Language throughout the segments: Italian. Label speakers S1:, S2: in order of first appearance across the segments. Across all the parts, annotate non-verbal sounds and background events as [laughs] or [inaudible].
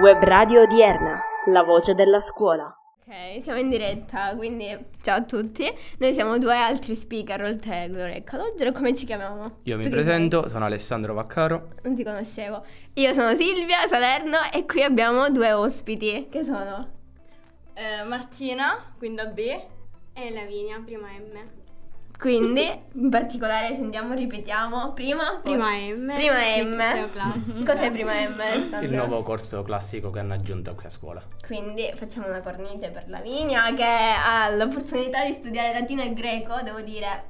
S1: Web Radio Odierna, la voce della scuola.
S2: Ok, siamo in diretta, quindi ciao a tutti. Noi siamo due altri speaker, oltre a Gloria e Calogero. Come ci chiamiamo?
S3: Io mi
S2: Tu chi
S3: presento, sono Alessandro Vaccaro.
S2: sei? Non ti conoscevo. Io sono Silvia Salerno e qui abbiamo due ospiti, che sono...
S4: Eh, Martina, quindi a B.
S5: E Lavinia, prima M.
S2: Quindi, in particolare, sentiamo, ripetiamo, prima...
S5: Prima M.
S2: Prima
S5: del
S2: M.
S5: liceo [laughs] classico.
S2: Cos'è prima M, Alessandro?
S3: Il nuovo corso classico che hanno aggiunto qui a scuola.
S2: Quindi facciamo una cornice per Lavinia che ha l'opportunità di studiare latino e greco, devo dire.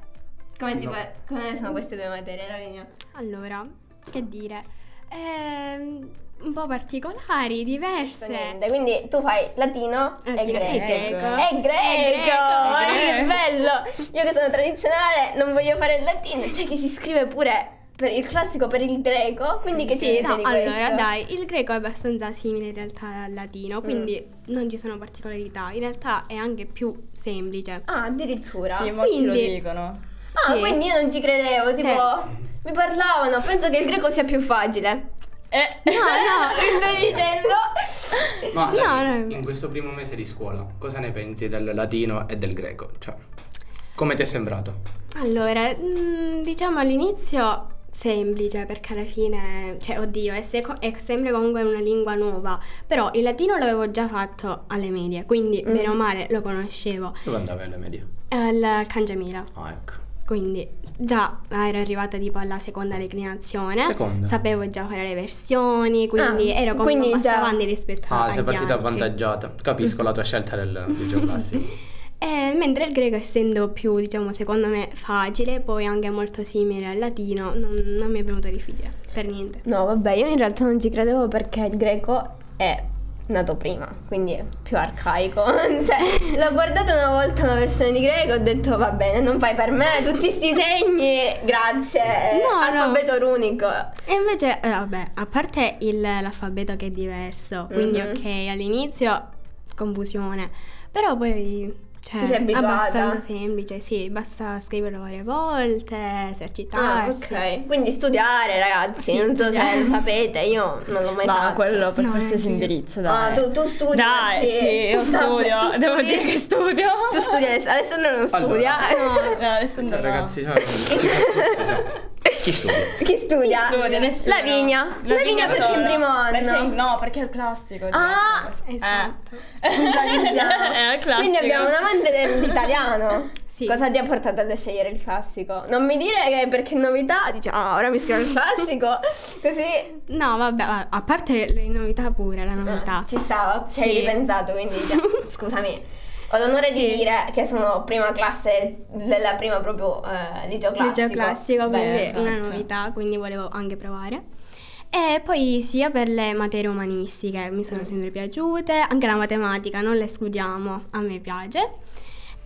S2: Come, ti
S3: No.
S2: par- come sono queste due materie, Lavinia?
S5: Allora, che dire? Ehm, un po' particolari, diverse.
S2: Niente, Quindi tu fai latino e
S5: Latino
S2: greco.
S5: e greco.
S2: E greco!
S5: E
S2: È bello! Io che sono tradizionale non voglio fare il latino, c'è chi si scrive pure per il classico per il greco, quindi che ci
S5: sì,
S2: dici
S5: no,
S2: di
S5: allora
S2: questo?
S5: dai, il greco è abbastanza simile in realtà al latino, quindi
S2: Mm.
S5: non ci sono particolarità, in realtà è anche più semplice.
S2: Ah, addirittura.
S4: Sì, molti lo
S5: quindi-
S4: dicono.
S2: Ah,
S5: Sì.
S2: quindi io non ci credevo, tipo mi parlavano, penso che il greco sia più facile.
S4: Eh,
S5: No,
S2: [laughs]
S5: no,
S3: Ma
S5: No,
S3: Lavinia,
S5: no, no.
S3: in questo primo mese di scuola, cosa ne pensi del latino e del greco? Cioè, come ti è sembrato?
S5: Allora, mm, diciamo all'inizio semplice perché alla fine, cioè oddio, è, seco- è sempre comunque una lingua nuova, però il latino l'avevo già fatto alle medie, quindi
S2: Mm.
S5: bene o male lo conoscevo,
S3: Dove andavi alla media?
S5: al Cangiamila,
S3: Ah, ecco.
S5: quindi già ero arrivata tipo alla seconda declinazione,
S3: Seconda.
S5: sapevo già fare le versioni, quindi
S2: Ah, quindi
S5: ero comunque
S2: già-
S5: abbastanza avanti rispetto
S3: Ah,
S5: agli
S3: sei partita
S5: altri.
S3: avvantaggiata. Capisco la tua scelta del liceo classico.
S5: Eh, mentre il greco, essendo più, diciamo, secondo me facile, poi anche molto simile al latino, non, non mi è venuto difficile, per niente.
S2: No, vabbè, io in realtà non ci credevo perché il greco è nato prima, quindi è più arcaico. [laughs] cioè, l'ho guardata una volta una versione di greco e ho detto va bene, non fai per me, tutti sti segni, grazie. eh,
S5: No, no.
S2: alfabeto runico.
S5: E invece, eh, vabbè, a parte il- l'alfabeto che è diverso, quindi
S2: Mhm.
S5: ok, all'inizio confusione, però poi... Cioè,
S2: Ti sei abituata?
S5: abbastanza semplice, sì, basta scriverlo varie volte,
S2: Ah,
S5: esercitarsi.
S2: ok. Quindi studiare, ragazzi,
S5: ecco. Sì,
S2: non so
S5: studiare.
S2: se sapete, io non l'ho mai
S4: ma
S2: fatto.
S4: quello per
S5: No,
S4: qualsiasi
S5: neanche io.
S4: indirizzo, dai.
S2: Ah, tu, tu studi.
S4: Dai, sì,
S2: [laughs]
S4: io studio.
S2: Tu studi,
S4: Devo dire che studio.
S2: Tu studi, Aless- Alessandro non studia.
S4: [laughs] No, Alessandro,
S3: Cioè,
S4: no.
S3: ragazzi, cioè, si sa tutti, cioè, chi studia?
S2: [laughs] Chi studia?
S4: Chi studia? Nessuno.
S2: Lavinia. Lavinia perché
S4: solo.
S2: in primo anno.
S4: Perché-
S2: [laughs]
S4: no, perché è il classico.
S2: Ah,
S5: Esatto.
S2: Italiano.
S4: [laughs] È il classico.
S2: Quindi abbiamo un amante dell'italiano.
S5: Sì.
S2: Cosa ti ha portato ad scegliere il classico? Non mi dire che perché è novità, dici ah, ora mi scrivo il
S4: [laughs]
S2: classico. Così
S5: No, vabbè, a a parte le novità pure, la novità.
S2: Eh, ci stavo, ci
S5: Sì.
S2: hai ripensato, quindi [laughs] già, scusami. Ho l'onore di dire che sono prima classe della prima proprio eh, liceo classico.
S5: Liceo classico,
S2: Beh,
S5: quindi
S4: esatto.
S5: una novità, quindi volevo anche provare. E poi sia per le materie umanistiche mi
S4: Mm.
S5: sono sempre piaciute, anche la matematica non la escludiamo, a me piace.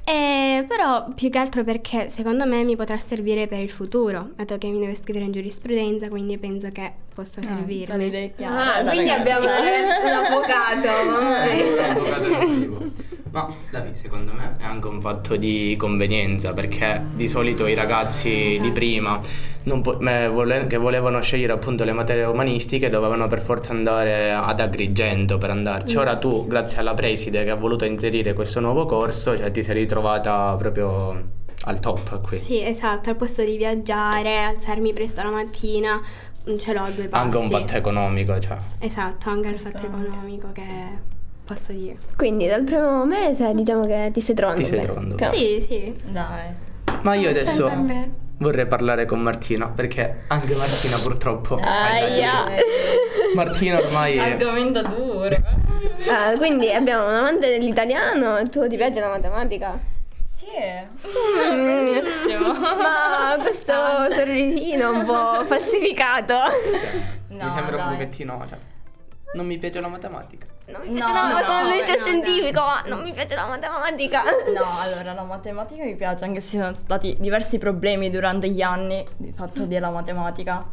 S5: E però più che altro perché secondo me mi potrà servire per il futuro, dato che mi devo iscrivere in giurisprudenza, quindi penso che possa
S4: Sono Ah, le
S5: servirmi.
S4: idee chiare.
S2: Ah,
S4: Guarda,
S2: quindi [laughs]
S4: ragazzi.
S2: abbiamo un un avvocato. mamma mia.
S3: Un
S5: [laughs]
S3: avvocato emotivo. Ma la vita secondo me è anche un fatto di convenienza perché di solito i ragazzi
S5: Esatto.
S3: di prima non po- eh, vole- che volevano scegliere appunto le materie umanistiche dovevano per forza andare ad Agrigento per andarci. Ora
S5: Esatto.
S3: tu grazie alla preside che ha voluto inserire questo nuovo corso cioè, ti sei ritrovata proprio al top qui.
S5: Sì, esatto, al posto di viaggiare, alzarmi presto la mattina, mm, ce l'ho a due passi.
S3: Anche un fatto economico, cioè.
S5: Esatto, anche il fatto
S4: Esatto.
S5: economico che posso dire.
S2: [laughs] Quindi dal primo mese diciamo che ti stai trovando.
S3: Ti stai
S2: bene.
S3: trovando.
S2: Piano.
S5: Sì, sì.
S4: Dai.
S3: Ma io adesso
S5: Senza me.
S3: vorrei parlare con Martina perché anche Martina purtroppo...
S2: Aia.
S3: Martina ormai... è-
S4: Argomento duro.
S2: Ah, quindi abbiamo un amante dell'italiano, tu ti piace la [laughs] matematica?
S4: Sì.
S2: Mm. Ma questo sorrisino un [laughs] po' falsificato.
S4: No,
S3: mi sembra un
S4: dai.
S3: pochettino. cioè, non mi piace la matematica.
S2: Non mi
S4: No,
S2: piace la
S4: no,
S2: matematica, sono
S5: no,
S2: un liceo
S5: no,
S2: scientifico, ma non mi piace la matematica. [laughs]
S4: No, allora la matematica mi piace, anche se ci sono stati diversi problemi durante gli anni di fatto della matematica.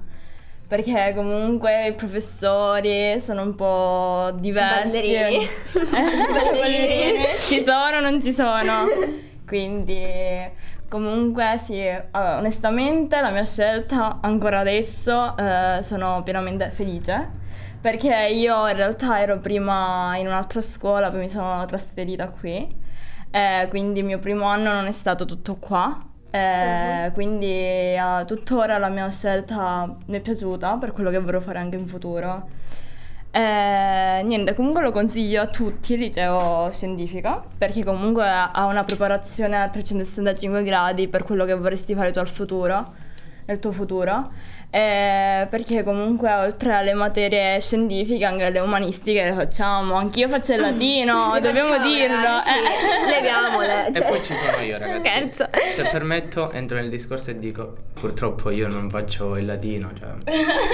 S4: Perché comunque i professori sono un po' diversi.
S2: Ballerini.
S4: [laughs] Eh, ballerini. Ci sono o non ci sono. Quindi Comunque sì, eh, onestamente la mia scelta ancora adesso eh, sono pienamente felice perché io in realtà ero prima in un'altra scuola, poi mi sono trasferita qui, eh, quindi il mio primo anno non è stato tutto qua, eh, quindi eh, tuttora la mia scelta mi è piaciuta per quello che vorrò fare anche in futuro. Eh, niente, comunque lo consiglio a tutti il liceo scientifico perché comunque ha una preparazione a 365 gradi per quello che vorresti fare tu al futuro, nel tuo futuro, eh, perché comunque oltre alle materie scientifiche anche le umanistiche le facciamo, anch'io faccio il latino,
S2: Mm. [laughs] Le
S4: dobbiamo
S2: facciamo,
S4: dirlo.
S2: ragazzi, [laughs]
S4: eh. [laughs]
S2: Leviamole. Cioè,
S3: E poi ci sono io, ragazzi.
S2: Scherzo.
S3: Se permetto, entro nel discorso e dico: purtroppo io non faccio il latino, cioè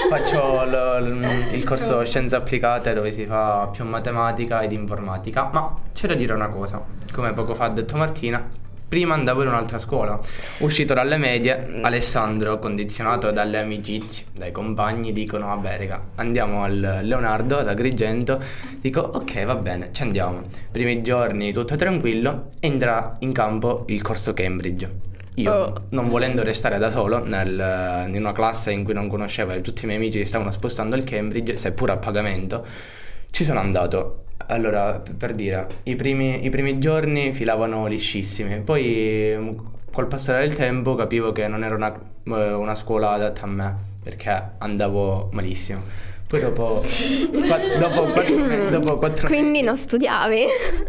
S3: faccio lo- l- il corso scienze applicate dove si fa più matematica ed informatica. Ma c'è da dire una cosa: come poco fa ha detto Martina, prima andavo in un'altra scuola. Uscito dalle medie, Alessandro, condizionato dalle amicizie, dai compagni, dicono: Vabbè, raga, andiamo al Leonardo ad Agrigento. Dico: Ok, va bene, ci andiamo. Primi giorni tutto tranquillo, entra in campo il corso Cambridge. Io,
S4: Oh.
S3: non volendo restare da solo nel- in una classe in cui non conoscevo e tutti i miei amici si stavano spostando al Cambridge, seppur a pagamento, ci sono andato. Allora, p- per dire, i primi, i primi giorni filavano liscissimi, poi mm, col passare del tempo capivo che non era una, eh, una scuola adatta a me, perché andavo malissimo.
S2: [laughs]
S3: Poi dopo, qua- dopo, quatt- dopo quattro
S2: Quindi
S3: mesi-
S2: non studiavi?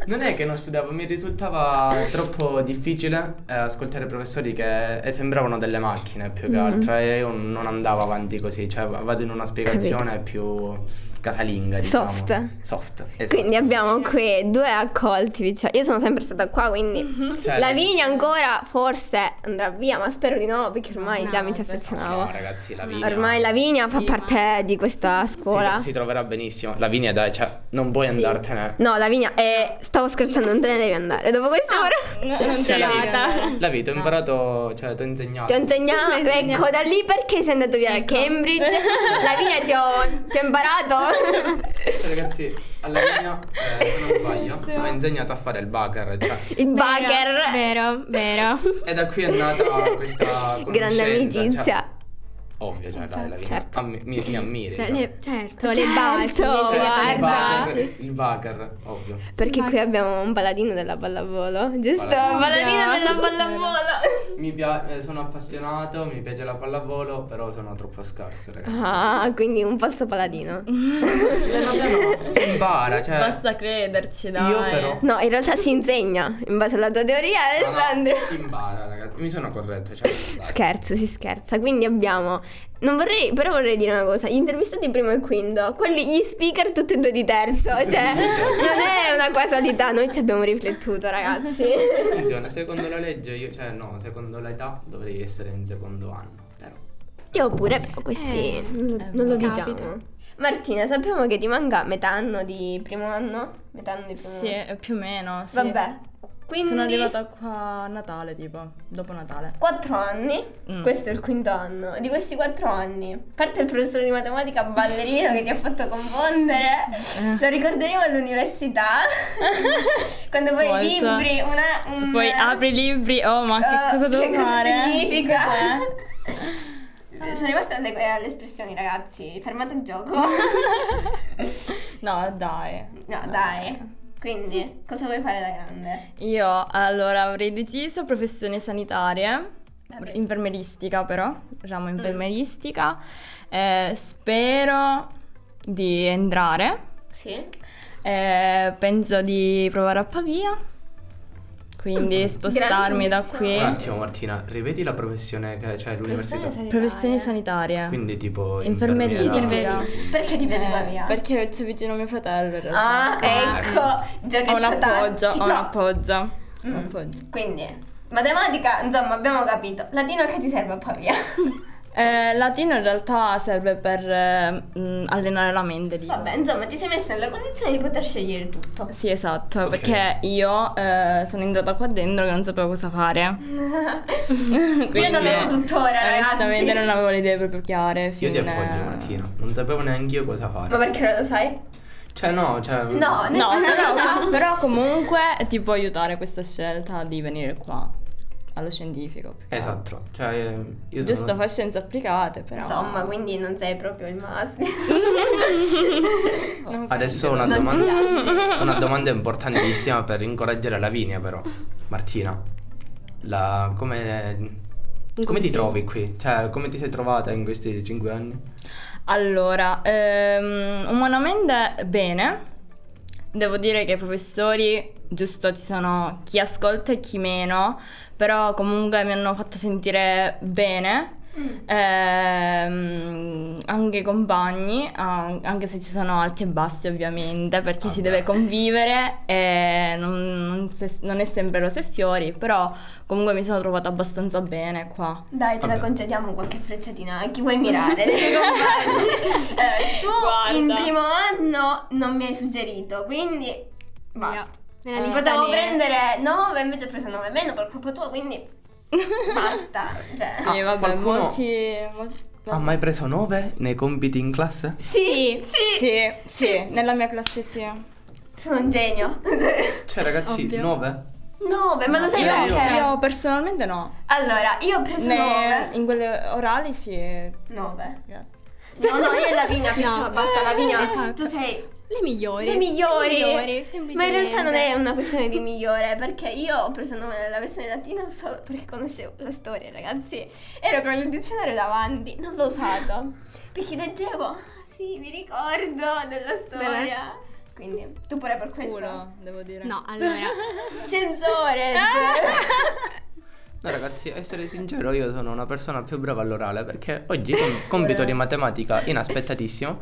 S3: non è che non studiavo, mi risultava troppo difficile eh, ascoltare i professori che eh, sembravano delle macchine più che
S2: Mm-hmm.
S3: altro e io non andavo avanti così, cioè va- vado in una spiegazione più casalinga, diciamo.
S2: Soft.
S3: Soft, esatto.
S2: Quindi abbiamo qui due accolti. cioè, io sono sempre stata qua, quindi
S4: Mhm.
S3: Cioè-
S2: la vigna ancora forse andrà via, ma spero di no, perché ormai
S5: No,
S2: già mi ci
S5: vabbè.
S3: No,
S2: affezionavo.
S3: ragazzi, la vigna
S2: Ormai la vigna fa
S5: Sì,
S2: parte di questa
S3: si,
S2: scuola.
S3: si troverà benissimo. La vigna dai, cioè, non puoi andartene.
S2: No, la vigna, eh, stavo scherzando, non te ne devi andare. Dopo quest'ora
S4: Ah, No, non
S3: Cioè,
S4: ce
S3: la,
S4: l'ho.
S3: vita, la vita, ho imparato, cioè, ti ho insegnato.
S2: ti ho insegnato, ecco, da lì perché sei andato via a
S4: Ecco. [laughs]
S2: Cambridge. La vigna ti ho, ti ho imparato.
S3: Ragazzi, alla vigna, eh, se non sbaglio, mi ha insegnato a fare il bugger, cioè,
S2: Il
S5: Vero,
S2: bugger.
S5: Vero, vero.
S3: e da qui è nata questa conoscenza,
S2: Grande amicizia.
S3: cioè, Ovvio, cioè, dai, la vita.
S2: Certo.
S3: Ammi- mi, mi ammiri.
S5: Cioè,
S3: cioè.
S5: le- certo, le
S2: Certo,
S5: basi, mi hai spiegato le
S3: il
S2: guarda.
S5: basi.
S3: bugger, il bugger, ovvio.
S2: [laughs] Perché qui abbiamo un paladino della pallavolo, giusto?
S3: Pallavolo.
S2: Paladino della
S3: Mi pia- eh, sono appassionato, mi piace la pallavolo, però sono troppo scarso, ragazzi.
S2: Ah, quindi un falso paladino.
S3: Si impara, cioè.
S4: Basta crederci, dai.
S3: Io però-
S2: No, in realtà si insegna, in base alla tua teoria,
S3: no, no,
S2: Alessandro.
S3: si impara, ragazzi. Mi sono corretto, cioè. dai.
S2: Scherzo, si scherza. Quindi abbiamo. Non vorrei, però vorrei dire una cosa: gli intervistati primo e quinto, quelli, gli speaker tutti e due di terzo. Cioè, non è una casualità, noi ci abbiamo riflettuto, ragazzi.
S3: Funziona, secondo la legge, io, cioè, no, secondo l'età dovrei essere in secondo anno, però.
S2: Io pure, però questi
S5: Eh,
S2: non, lo- non lo
S5: capita.
S2: diciamo. Martina, sappiamo che ti manca metà anno di primo anno? Metà anno di primo
S4: Sì,
S2: anno.
S4: eh, più o meno. sì.
S2: Vabbè, quindi.
S4: Sono arrivata qua a Natale, tipo, dopo Natale.
S2: 4 anni,
S4: Mm.
S2: questo è il quinto anno. Di questi 4 anni, a parte il professore di matematica ballerino che ti ha fatto
S4: [laughs]
S2: confondere,
S4: Eh.
S2: lo ricorderemo all'università.
S4: [laughs]
S2: Quando poi
S4: Volta.
S2: libri, una. Un,
S4: Poi apri i libri, oh ma che
S2: eh,
S4: cosa devo
S2: che cosa
S4: fare?
S2: significa? [laughs] Eh,
S4: Eh.
S2: Sono rimasta alle, alle espressioni, ragazzi. Fermate il
S4: [laughs]
S2: gioco.
S4: No, dai.
S2: no, dai. Quindi, cosa vuoi fare da grande?
S4: Io allora avrei deciso professioni sanitarie,
S2: Vabbè.
S4: infermeristica però, diciamo
S2: Mm.
S4: infermeristica. Eh, spero di entrare.
S2: Sì.
S4: Eh, penso di provare a Pavia,
S2: Mm.
S4: quindi spostarmi da qui.
S3: Un attimo, Martina, rivedi la professione che c'è all'università.
S4: Professioni sanitarie.
S3: Quindi tipo
S4: Infermeristica.
S3: infermiera.
S2: eh. Perché ti piace Pavia?
S4: Eh, Perché c'è vicino mio fratello in
S2: Ah,
S4: realtà.
S2: ecco, già
S4: Ho un appoggio, ho un appoggio. ho un appoggio.
S2: Quindi, matematica, insomma, abbiamo capito. Latino che ti serve a Pavia.
S4: Eh, latino in realtà serve per eh, mh, allenare la mente, dico.
S2: Vabbè, insomma, ti sei messa nella condizione di poter scegliere tutto.
S4: Sì, esatto,
S3: Ok.
S4: perché io eh, sono entrata qua dentro che non sapevo
S2: [laughs]
S4: cosa fare.
S2: Io non lo so tuttora, ragazzi.
S4: Onestamente non avevo le idee proprio chiare.
S3: Io ti
S4: fino-
S3: appoggio Martina, non sapevo neanche io cosa fare.
S2: Ma perché non lo sai?
S3: Cioè no, cioè...
S2: No, [laughs]
S4: No,
S2: nessuno lo sa.
S4: però, però comunque ti può aiutare questa scelta di venire qua. allo scientifico. più che altro.
S3: Esatto, cioè eh, io
S4: Giusto,
S3: sono...
S4: fa scienze applicate, però.
S3: Ah.
S2: Insomma, quindi non sei proprio il master.
S4: Non fa
S3: Adesso
S4: ridere.
S3: una
S2: Non ci
S3: domanda,
S4: [laughs]
S2: piangi.
S3: una domanda importantissima per incoraggiare Lavinia però. Martina, la- come, come ti
S5: consiglio.
S3: trovi qui? Cioè come ti sei trovata in questi cinque anni?
S4: Allora, ehm, umanamente bene. Devo dire che i professori, giusto, ci sono chi ascolta e chi meno, però comunque mi hanno fatto sentire bene.
S3: Mm.
S4: Ehm, anche i compagni, an- anche se ci sono alti e bassi ovviamente, perché
S3: Vabbè.
S4: si deve convivere e non, non se- non è sempre rose e fiori, però comunque mi sono trovata abbastanza bene qua.
S2: Dai, te la
S3: Vabbè.
S2: concediamo qualche frecciatina. A chi vuoi mirare? dei compagni? Eh, tu in
S4: Guarda.
S2: primo anno non mi hai suggerito, quindi basta.
S5: Nella
S2: Eh,
S5: lista
S2: Potevo
S5: nera.
S2: prendere 9, invece ho preso 9 meno per colpa tua, quindi basta. Cioè.
S4: Sì,
S3: Ah,
S4: Eh, vabbè,
S3: qualcuno-
S4: molti... molti-
S3: Ha mai Ah, preso nove nei compiti in classe?
S5: Sì.
S4: Sì, sì, nella mia classe sì.
S2: Sono un genio. [laughs]
S3: Cioè ragazzi,
S5: Ovvio.
S3: nove?
S2: 9, ma lo sai
S3: io-
S2: perché?
S4: Io personalmente no.
S2: Allora, io ho preso 9.
S4: Ne- in quelle orali sì. eh,
S2: 9.
S4: grazie.
S2: No, no, io e la vigna,
S5: No.
S2: basta, la vigna.
S5: Esatto.
S2: Tu sei
S5: Le migliori.
S2: Le migliori.
S5: Le migliori,
S2: Ma in
S5: semplicemente.
S2: realtà non è una questione di migliore, perché io ho preso il nome della versione latina solo perché conoscevo la storia, ragazzi. Ero con il dizionario davanti, non l'ho usato. Perché leggevo, "Ah, sì, mi ricordo della storia. Quindi, tu pure per questo.
S4: Culo, devo dire. Ah.
S5: No, allora.
S2: Censore!
S3: No ragazzi, essere sincero, io sono una persona più brava all'orale perché oggi com- compito di matematica inaspettatissimo,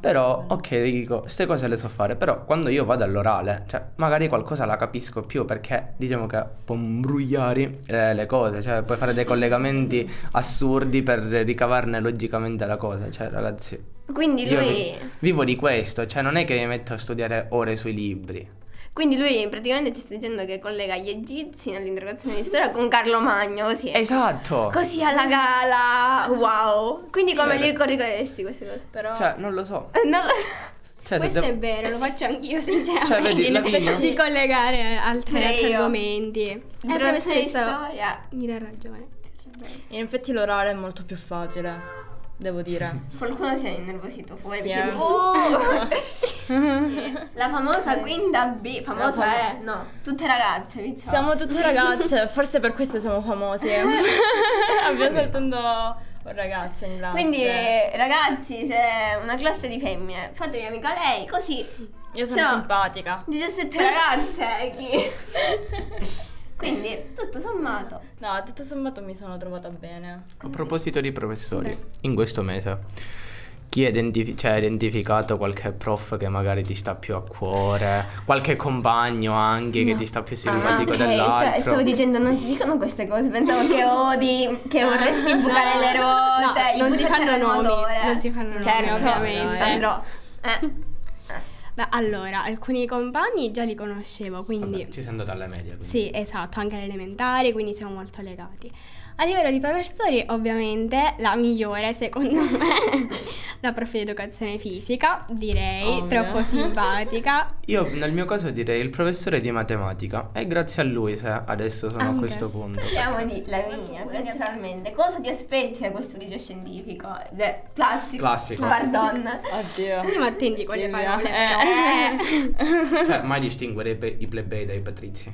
S3: però ok, dico, queste cose le so fare, però quando io vado all'orale, cioè magari qualcosa la capisco più perché diciamo che può imbrugliare eh, le cose, cioè puoi fare dei collegamenti assurdi per ricavarne logicamente la cosa, cioè ragazzi,
S2: Quindi
S3: io
S2: lui,
S3: vi- vivo di questo, cioè non è che mi metto a studiare ore sui libri.
S2: quindi lui praticamente ci sta dicendo che collega gli egizi nell'interrogazione di storia con Carlo Magno, così.
S3: Esatto!
S2: Così alla gala, wow. Quindi come
S3: Sì.
S2: li ricorderesti queste cose?
S4: Però...
S3: Cioè, non lo so.
S2: Eh, [laughs] No.
S3: Cioè, se
S5: Questo
S3: devo-
S5: è vero, lo faccio anch'io
S3: Cioè,
S2: [laughs]
S5: sinceramente. [laughs]
S3: vedi, la
S5: di collegare altri,
S2: Pure
S5: altri
S2: io.
S5: argomenti. Eh, E il
S2: Interrogazione di
S5: professoressa
S2: storia.
S5: mi dà ragione.
S4: In effetti l'orale è molto più facile, devo
S3: [laughs]
S4: dire.
S2: Qualcuno si è innervosito fuori.
S4: Sì,
S2: perché-
S4: eh.
S2: Oh! [laughs] La famosa quinta B, famosa
S4: La famo-
S2: è, no, tutte ragazze, diciamo.
S4: Siamo tutte ragazze, forse per questo siamo famosi. Abbiamo soltanto un ragazzo in classe.
S2: Quindi eh, ragazzi, se è una classe di femmine, fatevi amica lei, così
S4: Io sono
S2: siamo-
S4: simpatica. [laughs]
S2: 17 ragazze. eh, chi- Quindi tutto sommato.
S4: No, tutto sommato mi sono trovata bene.
S3: A proposito di professori, in questo mese chi ha identifi- cioè, ha identificato qualche prof che magari ti sta più a cuore, qualche compagno anche che ti sta
S5: Ah,
S3: più simpatico
S2: Ah, ok, sta-
S3: dell'altro?
S2: stavo dicendo non si dicono queste cose, pensavo che odi, che vorresti bucare le ruote,
S5: No, non si
S2: i
S5: fanno
S2: bucciati al
S5: nomi,
S2: motore.
S5: non si fanno nomi,
S2: certo,
S5: ovviamente.
S2: Sandro. Eh,
S5: Beh, allora, alcuni compagni già li conoscevo, quindi...
S3: Vabbè, ci sei andata alle medie. quindi.
S5: Sì, esatto, anche alle elementari, quindi siamo molto legati. A livello di professori, ovviamente la migliore, secondo me, [laughs] la prof di educazione fisica, direi,
S4: Ovvio.
S5: troppo
S4: [laughs]
S5: simpatica.
S3: Io nel mio caso direi il professore di matematica e grazie a lui se adesso sono
S5: Anche.
S3: a questo punto.
S2: parliamo di Lavinia, quindi naturalmente. Cosa ti aspetti da questo liceo scientifico? De- classico.
S3: Classico.
S2: Pardon.
S4: Oddio.
S5: Sì, ma attendi con le
S4: Silvia.
S5: parole,
S4: [laughs] Eh.
S3: Cioè, mai distinguerebbe i plebei dai patrizi.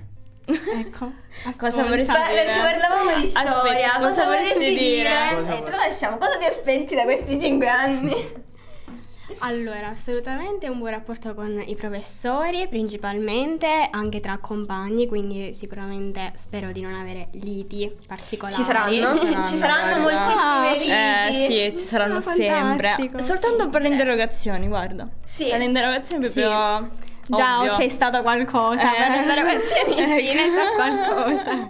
S5: Ecco.
S4: Cosa vorresti
S5: ascolta.
S2: Pa- perché parlavamo di
S4: Aspetta,
S2: storia, cosa,
S4: cosa
S2: vorresti,
S4: vorresti
S2: dire?
S4: dire?
S2: Eh,
S3: Cosa vor-
S2: tralasciamo, cosa ti aspetti da questi cinque anni?
S5: Allora, assolutamente un buon rapporto con i professori, principalmente anche tra compagni, quindi sicuramente spero di non avere liti particolari.
S2: Ci saranno?
S4: Ci saranno,
S2: Ci saranno
S4: guarda.
S2: moltissime
S4: Eh
S2: liti.
S4: sì, ci saranno
S5: Ah, fantastico.
S4: sempre. Soltanto per le interrogazioni, guarda.
S2: Sì.
S4: Per le interrogazioni
S5: Sì.
S4: proprio.
S5: Già
S4: ovvio.
S5: ho testato qualcosa per
S4: Eh.
S5: andare a
S4: [laughs]
S5: sì, ne so qualcosa.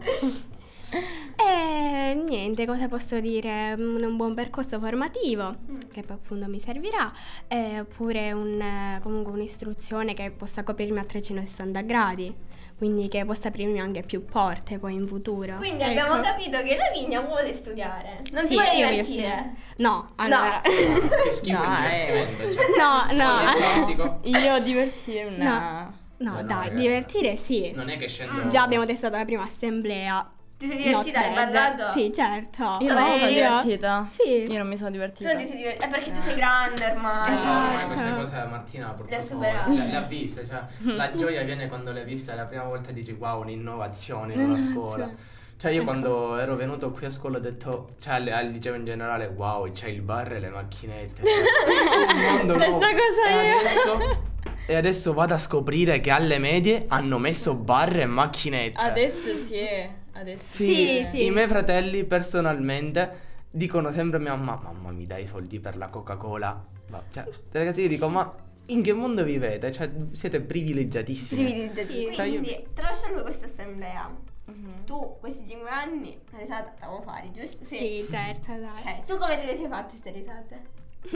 S5: E niente, cosa posso dire? Un, un buon percorso formativo che poi appunto mi servirà, eh, oppure un, eh, comunque un'istruzione che possa coprirmi a 360 gradi, quindi che possa aprirmi anche più porte poi in futuro.
S2: Quindi
S5: Ecco.
S2: abbiamo capito che Lavinia vuole studiare, non si
S5: Sì,
S2: vuole
S5: io voglio
S2: divertire.
S5: studiare. No, allora...
S3: Che schifo il
S4: No, eh.
S3: divertimento. cioè.
S5: [laughs] No,
S3: Quello
S2: [laughs]
S3: è il
S5: no,
S3: classico.
S4: Io divertirmi.
S5: No. no,
S3: No, no,
S5: dai,
S3: ragazzi.
S5: divertire sì.
S3: Non è che scendo.
S5: Già abbiamo testato la prima assemblea.
S2: Ti sei
S5: Not
S2: divertita? Hai
S5: bad.
S2: ballato?
S5: Sì, certo.
S4: Io non mi sono
S2: Dai,
S4: divertita.
S5: Sì.
S4: Io non mi sono
S2: Tu
S4: divertita.
S2: non ti sei divertita? È perché tu sei grande ormai.
S5: Esatto.
S3: queste cose Martina purtroppo
S2: Le ha superate.
S3: le ha viste, cioè
S4: [laughs]
S3: la gioia viene quando le hai viste la prima volta e dici wow un'innovazione
S4: [laughs]
S3: in una scuola. Cioè
S4: Ecco.
S3: io quando ero venuto qui a scuola ho detto, cioè al, al liceo in generale, wow c'è il bar e le macchinette. cioè, un
S4: [laughs]
S3: mondo nuovo.
S4: Stessa cosa
S3: e
S4: io.
S3: Adesso,
S4: [laughs]
S3: e adesso vado a scoprire che alle medie hanno messo bar e macchinette.
S4: Adesso sì, è, adesso
S5: Sì, sì.
S3: I miei fratelli personalmente dicono sempre a mia mamma, mamma mi dai i soldi per la Coca-Cola. Ma, cioè, ragazzi io dico, ma in che mondo vivete? Cioè, siete privilegiatissimi.
S2: Privilegiati.
S4: Cioè,
S5: Sì.
S2: Quindi, tralasciando questa assemblea,
S4: Mhm.
S2: tu questi 5 anni la risata la vuoi fare, giusto?
S5: Sì, certo, dai.
S2: Ok, tu come te le sei fatte queste risate?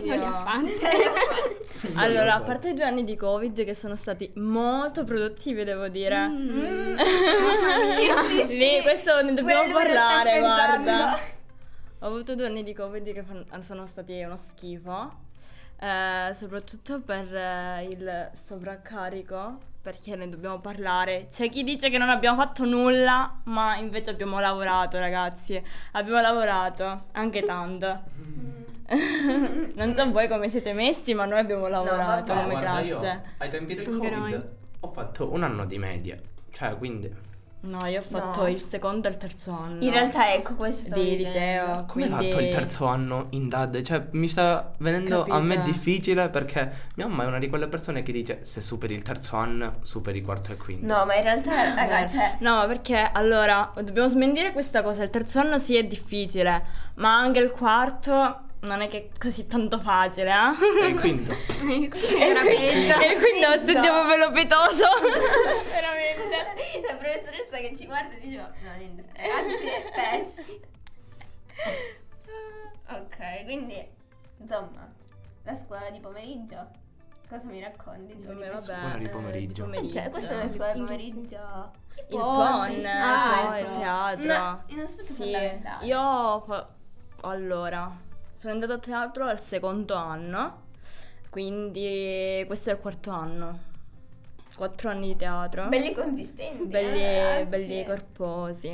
S5: Non le ha fatte.
S2: [laughs]
S4: Allora, a parte i due anni di Covid che sono stati molto produttivi, devo dire.
S5: Mm.
S2: [laughs] Sì, sì,
S4: Lì,
S2: sì.
S4: questo ne
S2: Pure
S4: dobbiamo
S2: lui lo sta
S4: parlare,
S2: pensando.
S4: guarda. Ho avuto due anni di Covid che fan- sono stati uno schifo, eh, soprattutto per eh, il sovraccarico, perché ne dobbiamo parlare. C'è chi dice che non abbiamo fatto nulla, ma invece abbiamo lavorato, ragazzi. Abbiamo lavorato, anche tanto. [laughs] non so voi come siete messi, ma noi abbiamo lavorato
S2: Mm. vabbè,
S4: come
S3: guarda, io,
S4: classe.
S3: ai tempi del
S5: Anche
S3: Covid
S5: noi.
S3: ho fatto un anno di media. Cioè, quindi...
S4: No, io ho fatto
S2: No.
S4: il secondo e il terzo anno.
S2: In realtà ecco questo
S4: di liceo.
S3: Come hai
S4: quindi-
S3: fatto il terzo anno in DAD? Cioè, mi sta venendo a me
S4: Capito.
S3: difficile perché mia mamma è una di quelle persone che dice se superi il terzo anno, superi il quarto e il quinto.
S2: No, ma in realtà, raga, [laughs] cioè,
S4: No, ma perché allora dobbiamo smentire questa cosa. Il terzo anno sì è difficile, ma anche il quarto non è che è così tanto
S2: [laughs]
S4: facile, eh?
S3: E il quinto.
S5: Era peggio.
S2: Cioè,
S4: [laughs] e quindi ho
S2: esatto.
S4: sentiamo velo pietoso.
S2: veramente la professoressa che ci guarda e diceva no, niente, grazie, pessimo. Ok, quindi, insomma, la scuola di pomeriggio, cosa mi racconti? tu?
S4: Vabbè,
S2: Di-
S3: Buona di
S4: eh,
S3: pomeriggio.
S2: Eh, cioè, questa è una scuola di pomeriggio.
S4: Il
S2: pon,
S4: pon,
S2: il
S4: ah,
S2: teatro.
S4: il teatro.
S2: No, è un aspetto
S4: Sì,
S2: [laughs] fondamentale.
S4: io fa- allora sono andata a teatro al secondo anno, quindi questo è il quarto anno. Quattro anni di teatro.
S2: Belli consistenti.
S4: belli,
S2: eh, ragazzi.
S4: belli corposi.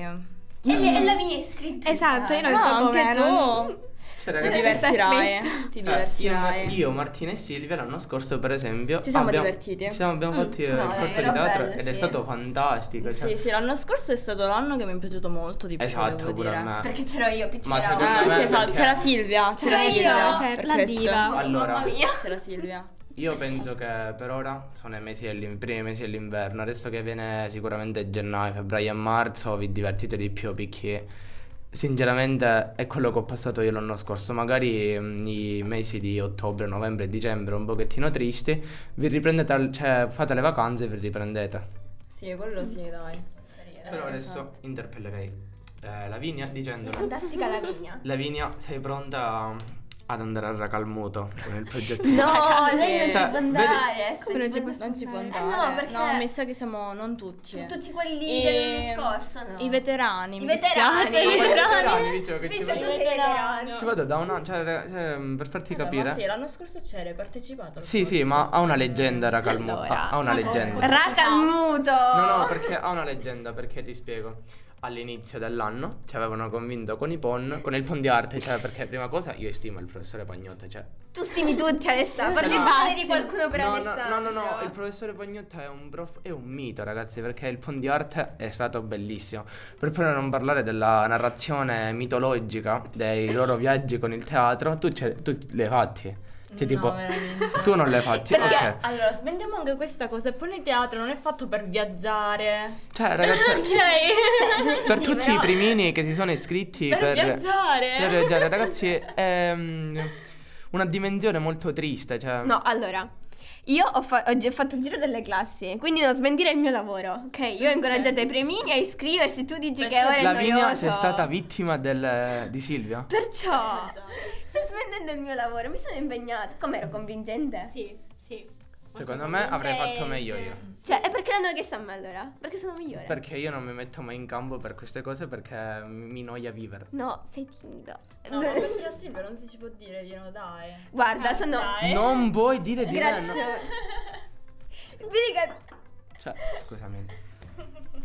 S2: E, le- e la mia Ah, iscritta.
S5: Esatto, io non
S4: No,
S5: so
S4: anche
S5: com'è. non-
S4: tu
S3: Cioè,
S4: ti
S5: Ti
S3: ragazzi,
S4: divertirai.
S3: Eh,
S4: Ti
S3: io,
S4: divertirai.
S3: io, Martina e Silvia l'anno scorso, per esempio,
S4: Ci siamo
S3: abbiamo-
S4: divertiti. Mm.
S3: Ci siamo, abbiamo fatto il
S2: no,
S3: corso
S2: era
S3: di teatro
S2: bello,
S3: ed è
S2: sì.
S3: stato fantastico. cioè-
S4: Sì, sì, l'anno scorso è stato l'anno che mi è piaciuto molto di più.
S3: Esatto,
S4: devo
S3: pure
S4: dire.
S3: a me.
S2: Perché c'ero io, piccina.
S3: Ma secondo
S4: Ah,
S3: me-
S4: sì, esatto,
S3: perché-
S4: c'era Silvia. C'era
S5: C'era io,
S4: Silvia.
S5: c'era
S4: per
S5: la
S4: questo.
S5: diva.
S3: Allora,
S2: Mamma mia.
S4: C'era Silvia.
S3: io penso che per ora sono i mesi dell'in- primi mesi dell'inverno. Adesso che viene sicuramente gennaio, febbraio e marzo, vi divertite di più perché sinceramente è quello che ho passato io l'anno scorso. Magari mm, i mesi di ottobre, novembre e dicembre un pochettino tristi, vi riprendete, al- cioè fate le vacanze e vi riprendete.
S4: Sì, quello sì, dai. Eh,
S3: Però
S4: esatto.
S3: adesso interpellerei eh, Lavinia dicendole
S2: Fantastica la mia.
S3: Lavinia, sei pronta ad andare al racalmuto con il
S4: [laughs]
S3: progetto?
S2: No,
S4: Ragazzi,
S2: lei non ci
S3: cioè,
S2: può Cioè, andare.
S5: Come non ci può
S4: Non si può
S5: Eh,
S4: andare.
S2: no, perché-
S4: No, mi sa che siamo non tutti.
S2: Sono tutti quelli
S4: E-
S2: dell'anno scorso, no?
S4: I veterani.
S2: I
S4: mi
S2: veterani.
S4: dispiace, I
S2: Ma
S4: veterani.
S3: dicevo che ci
S2: Vince, tu
S3: vado,
S2: sei veterano.
S3: ci vado da un anno, cioè, re- cioè, mh, per farti
S4: Ma sì,
S3: capire.
S4: l'anno scorso c'era, hai partecipato. al
S3: Sì, sì,
S4: corso.
S3: ma ha una leggenda Racalmuto.
S4: Allora.
S3: ha, ha una leggenda.
S2: Raca al muto.
S3: No, no, perché ha una leggenda, perché ti spiego. All'inizio dell'anno ci avevano convinto con i pon, con il pon di arte, cioè perché prima cosa io stimo il professore Pagnotta, cioè
S2: Tu stimi tutti Alessandro. Parli
S3: No.
S2: male di qualcuno per
S3: no, no,
S2: Alessandro.
S3: no, no, no, il professore Pagnotta è un prof, è un mito, ragazzi, perché il Pon di Arte è stato bellissimo. Per poi non parlare della narrazione mitologica dei loro viaggi con il teatro, tu, ce- tu le hai fatti. Cioè,
S4: No,
S3: tipo,
S4: veramente.
S3: tu non le hai fatti,
S4: Perché,
S3: ok.
S4: Allora, spendiamo anche questa cosa. Il pone teatro non è fatto per [laughs] viaggiare.
S3: Cioè,
S2: [laughs]
S3: ragazzi,
S4: Ok?
S3: per tutti i primini che si sono iscritti
S4: Per viaggiare.
S3: per viaggiare, ragazzi, è mm, una dimensione molto triste, cioè...
S2: No, allora, io ho fa- oggi ho fatto il giro delle classi, quindi non smentire il mio lavoro, ok? Io ho incoraggiato i premini a iscriversi, tu dici che
S4: Perché
S2: ora è
S3: Lavinia
S2: noioso.
S3: sei stata vittima del- di Silvia?
S2: Perciò, stai smentendo il mio lavoro, mi sono impegnata. Com'ero convincente?
S5: Sì, sì.
S3: Secondo me avrei fatto meglio io.
S2: Cioè, e perché l'hanno chiesto a me allora? Perché sono migliore.
S3: Perché io non mi metto mai in campo per queste cose perché mi mi noia vivere.
S2: No, sei timido.
S4: No, ma perché a Silvia non si ci può dire di no, dai.
S2: [laughs] Guarda, sono...
S4: Dai.
S3: Non vuoi dire di me, [laughs]
S2: Grazie.
S3: no?
S2: Vedi che...
S3: Cioè, scusami.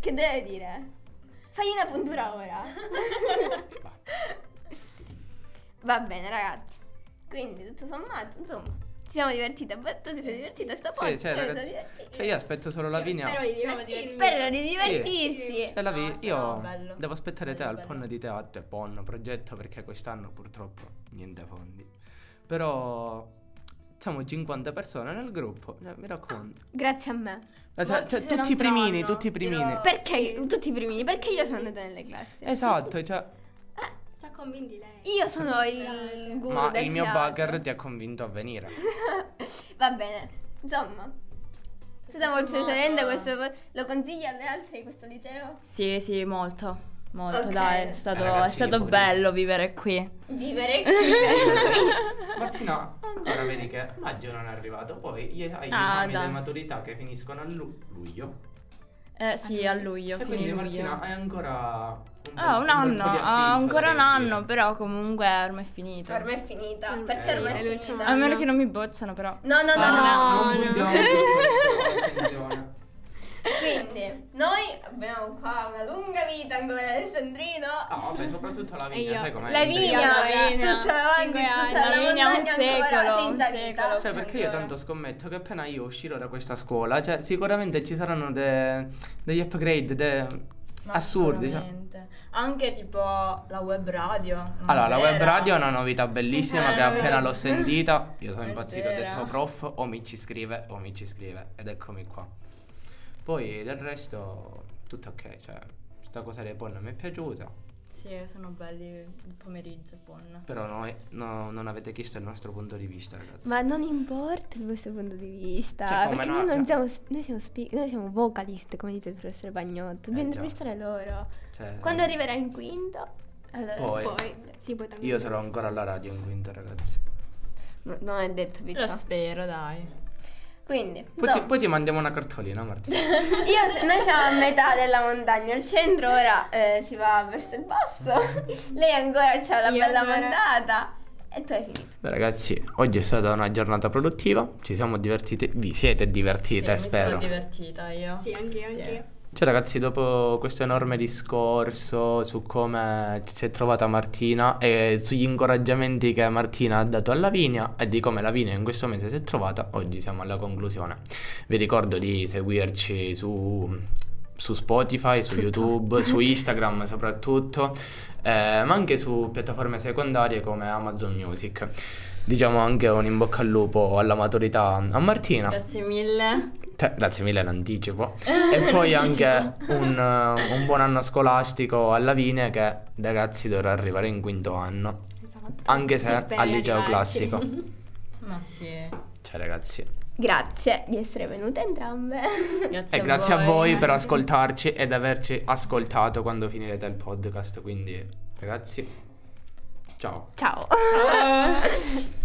S2: che deve dire? Fagli una puntura
S3: [laughs]
S2: ora. [laughs] Va bene, ragazzi. Quindi, tutto sommato, insomma, ci siamo divertite. Beh, Tu ti sei divertita a sta
S3: Sì,
S2: porta.
S3: cioè, ragazzi, cioè io aspetto solo Lavinia.
S2: Spero di divertirsi.
S3: E la vi-
S4: No, sarà
S3: io
S4: bello.
S3: devo aspettare te
S4: Bello,
S3: al
S4: bello.
S3: PON di teatro, PON progetto perché quest'anno purtroppo niente fondi. Però siamo 50 persone nel gruppo, eh, mi raccomando.
S2: Grazie a me.
S3: Eh, cioè,
S4: ci
S3: cioè,
S4: se ne
S3: tutti i primini,
S4: andranno,
S3: tutti i primini.
S4: però-
S2: Perché tutti i primini? Perché io sono andata nelle classi.
S3: Oh, Esatto, cioè,
S5: Ci ha convinti lei.
S2: Io sono il guru
S3: ma
S2: del
S3: il mio
S2: teatro.
S3: bugger ti ha convinto a venire.
S2: Va bene. Insomma, se siamo molto
S4: sommato-
S2: serende questo lo consigli alle altre questo liceo?
S4: Sì, sì, molto. Molto,
S2: Ok.
S4: dai, è stato,
S3: Eh, ragazzi,
S4: è stato
S3: pure-
S4: bello vivere
S2: [laughs]
S4: qui.
S2: Vivere qui.
S3: Martina, ora vedi che maggio non è arrivato, poi gli- hai gli
S4: Ah,
S3: esami
S4: dai.
S3: di maturità che finiscono a lu- luglio.
S4: Eh sì, a luglio,
S3: Cioè,
S4: fine
S3: quindi
S4: luglio.
S3: Martina hai ancora un,
S4: Ah,
S3: bel-
S4: un
S3: bel
S4: anno,
S3: po' di
S4: ah,
S3: affitto da
S4: ancora un anno,
S3: riempire.
S4: però comunque ormai è finito.
S2: Per me è finita.
S5: Mm.
S2: Per te ormai
S5: È
S2: è
S5: l'ultimo
S2: finita.
S4: A meno
S5: no.
S4: che non mi bozzano, però.
S2: No, no, no,
S3: Ah,
S2: no.
S5: no,
S3: non
S5: no.
S3: puntiamo su questo, attenzione.
S2: Quindi, noi abbiamo qua una lunga vita ancora, Alessandrino.
S3: Ah, vabbè, soprattutto
S4: Eh,
S3: la
S5: E io-
S3: vigna, sai com'è?
S2: La vigna,
S5: Lavinia.
S2: tutta avanti,
S5: Cinque anni.
S2: tutta la
S4: Lavinia, un
S2: montagna ancora,
S4: secolo, un
S2: senza vita.
S4: secolo.
S3: Cioè, perché io tanto scommetto che appena io uscirò da questa scuola, cioè, sicuramente ci saranno de- degli upgrade de-
S4: No,
S3: assurdi. cioè.
S4: sicuramente. Anche tipo la web radio. non
S3: Allora, Ah, la web
S4: c'era.
S3: radio è una novità bellissima
S4: Eh,
S3: che
S4: non
S3: appena
S4: c'era.
S3: l'ho sentita, io sono
S4: Non
S3: impazzito, ho
S4: c'era.
S3: detto prof, o mi ci scrive o mi ci scrive, ed eccomi qua. Poi del resto, tutto ok, cioè, questa cosa dei porno mi è piaciuta,
S4: Sì, sono belli il pomeriggio, buon.
S3: però noi- no- non avete chiesto il nostro punto di vista, ragazzi.
S6: Ma non importa il vostro punto di vista,
S3: Cioè, come
S6: perché
S3: no,
S6: noi,
S3: cioè-
S6: non siamo, sp- noi, siamo spe- noi siamo vocalist, come dice il professor Bagnotto, dobbiamo
S3: Eh, già.
S6: intervistare loro.
S3: Cioè,
S2: Quando arriverà in quinto?
S6: Allora,
S3: Poi.
S5: tipo tra-
S3: Io sarò ancora alla radio in quinto, ragazzi.
S2: No, non è detto,
S3: Cioè.
S4: Lo
S2: picciò.
S4: spero, dai.
S2: Quindi,
S3: Poi ti,
S2: insomma,
S3: poi ti mandiamo una cartolina, Martina.
S2: io se- noi siamo a metà della montagna, al centro ora eh, si va verso il
S3: [laughs]
S2: basso. Lei ancora c'ha la
S5: Io
S2: bella
S5: ancora.
S2: mandata. E tu hai finito.
S3: Beh, ragazzi, oggi è stata una giornata produttiva. Ci siamo divertiti. Vi siete divertite,
S4: Sì, Mi
S3: spero.
S4: sono divertita io.
S5: Sì, anche io,
S4: Sì.
S5: anche io.
S3: Cioè, ragazzi, dopo questo enorme discorso su come si è trovata Martina e sugli incoraggiamenti che Martina ha dato a Lavinia e di come Lavinia in questo mese si è trovata, oggi siamo alla conclusione. Vi ricordo di seguirci su, su Spotify, su YouTube,
S5: [laughs]
S3: su Instagram soprattutto, eh, ma anche su piattaforme secondarie come Amazon Music. Diciamo anche un in bocca al lupo alla maturità a Martina.
S4: Grazie mille.
S3: Cioè, grazie mille
S5: [laughs]
S3: l'anticipo. E poi anche un, eh, un buon anno scolastico alla Vine che ragazzi dovrà arrivare in quinto anno. Anche
S5: Esatto. Si
S3: se
S5: spera
S3: al
S5: di
S3: liceo
S5: arrivarci.
S3: classico.
S5: [laughs]
S4: Ma sì.
S3: Cioè ragazzi.
S2: Grazie di essere venute entrambe.
S4: Grazie
S3: E
S4: a
S3: grazie a
S4: voi.
S3: voi per ascoltarci ed averci ascoltato quando finirete il podcast. Quindi ragazzi, ciao.
S2: Ciao.